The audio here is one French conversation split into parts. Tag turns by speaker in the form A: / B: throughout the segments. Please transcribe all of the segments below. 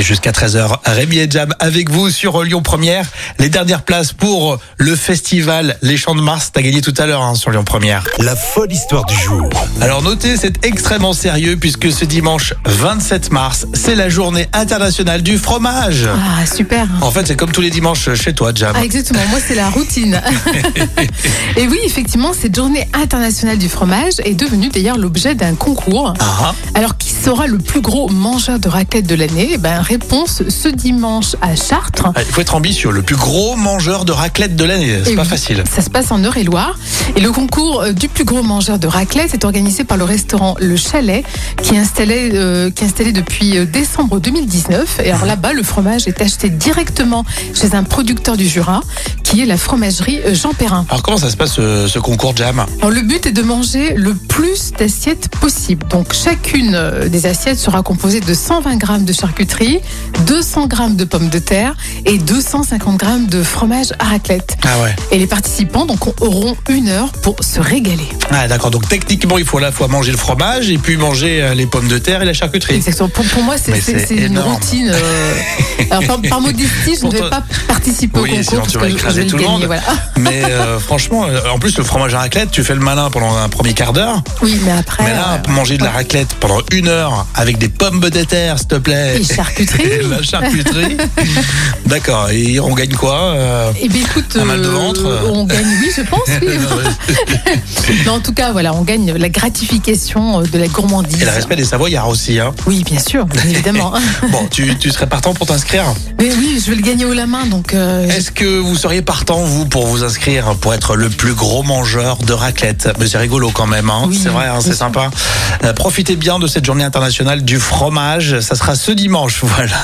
A: Jusqu'à 13h, Rémi et Jam avec vous sur Lyon Première. Les dernières places pour le festival Les Champs de Mars. T'as gagné tout à l'heure hein, sur Lyon Première.
B: La folle histoire du jour.
A: Alors notez, c'est extrêmement sérieux puisque ce dimanche 27 mars, c'est la journée internationale du fromage.
C: Ah, super.
A: En fait, c'est comme tous les dimanches chez toi, Jam.
C: Ah, exactement, moi c'est la routine. et oui, effectivement, cette journée internationale du fromage est devenue d'ailleurs l'objet d'un concours.
A: Ah,
C: Alors, qui sera le plus gros mangeur de raclette de l'année Eh ben, Réponse ce dimanche à Chartres.
A: ah, il faut être ambitieux. Le plus gros mangeur de raclette de l'année. C'est
C: Et
A: pas
C: Eh oui,
A: facile.
C: Ça se passe en Eure-et-Loire. Et le concours euh, du plus gros mangeur de raclette est organisé par le restaurant Le Chalet, qui est installé, euh, qui est installé depuis euh, décembre 2019. Et alors là-bas, le fromage est acheté directement chez un producteur du Jura, qui est la fromagerie euh, Jean Perrin.
A: Alors comment ça se passe ce, ce concours, Jam
C: Alors le but est de manger le plus d'assiettes possible. Donc chacune euh, des assiettes sera composée de 120 grammes de charcuterie, 200 grammes de pommes de terre et 250 grammes de fromage à raclette.
A: Ah ouais.
C: Et les participants donc, auront une heure pour se régaler.
A: Ah d'accord. Donc techniquement, il faut à la fois manger le fromage et puis manger euh, les pommes de terre et la charcuterie.
C: Exactement. Pour, pour moi,
A: Mais
C: c'est-
A: c'est
C: c'est c'est une
A: énorme.
C: routine. euh, Alors, par, par modestie, je
A: Pour
C: ne vais
A: toi-
C: pas participer
A: Oui,
C: au concours.
A: sinon tu
C: parce que
A: vas
C: je- je
A: écraser
C: vais
A: tout le
C: gagner,
A: monde.
C: voilà.
A: Mais euh, franchement, euh, en plus le fromage à raclette, tu fais le malin pendant un premier quart d'heure.
C: Oui, mais après.
A: Mais là,
C: euh,
A: manger de la raclette pendant une heure avec des pommes de terre, s'il te plaît.
C: Et charcuterie.
A: Et la charcuterie. D'accord. Et on gagne quoi euh,
C: Eh bien, écoute,
A: Un mal de ventre, euh.
C: on gagne, oui, je pense. oui. Mais en tout cas, voilà, on gagne la gratification euh, de la gourmandise.
A: Et le respect des Savoyards aussi. Hein.
C: Oui, bien sûr, bien évidemment.
A: Bon, tu, tu serais partant pour t'inscrire.
C: Mais oui, je vais le gagner haut la main, donc euh,
A: Est-ce que vous seriez partant, vous, pour vous inscrire pour être le plus gros mangeur de raclette Mais c'est rigolo quand même, hein.
C: Oui,
A: c'est vrai, hein,
C: bien
A: c'est
C: sûr.
A: sympa. Euh, profitez bien de cette journée internationale du fromage. Ça sera ce dimanche, voilà.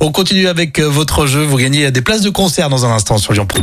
A: On continue avec euh, votre jeu. Vous gagnez des places de concert dans un instant sur Lyon Pro.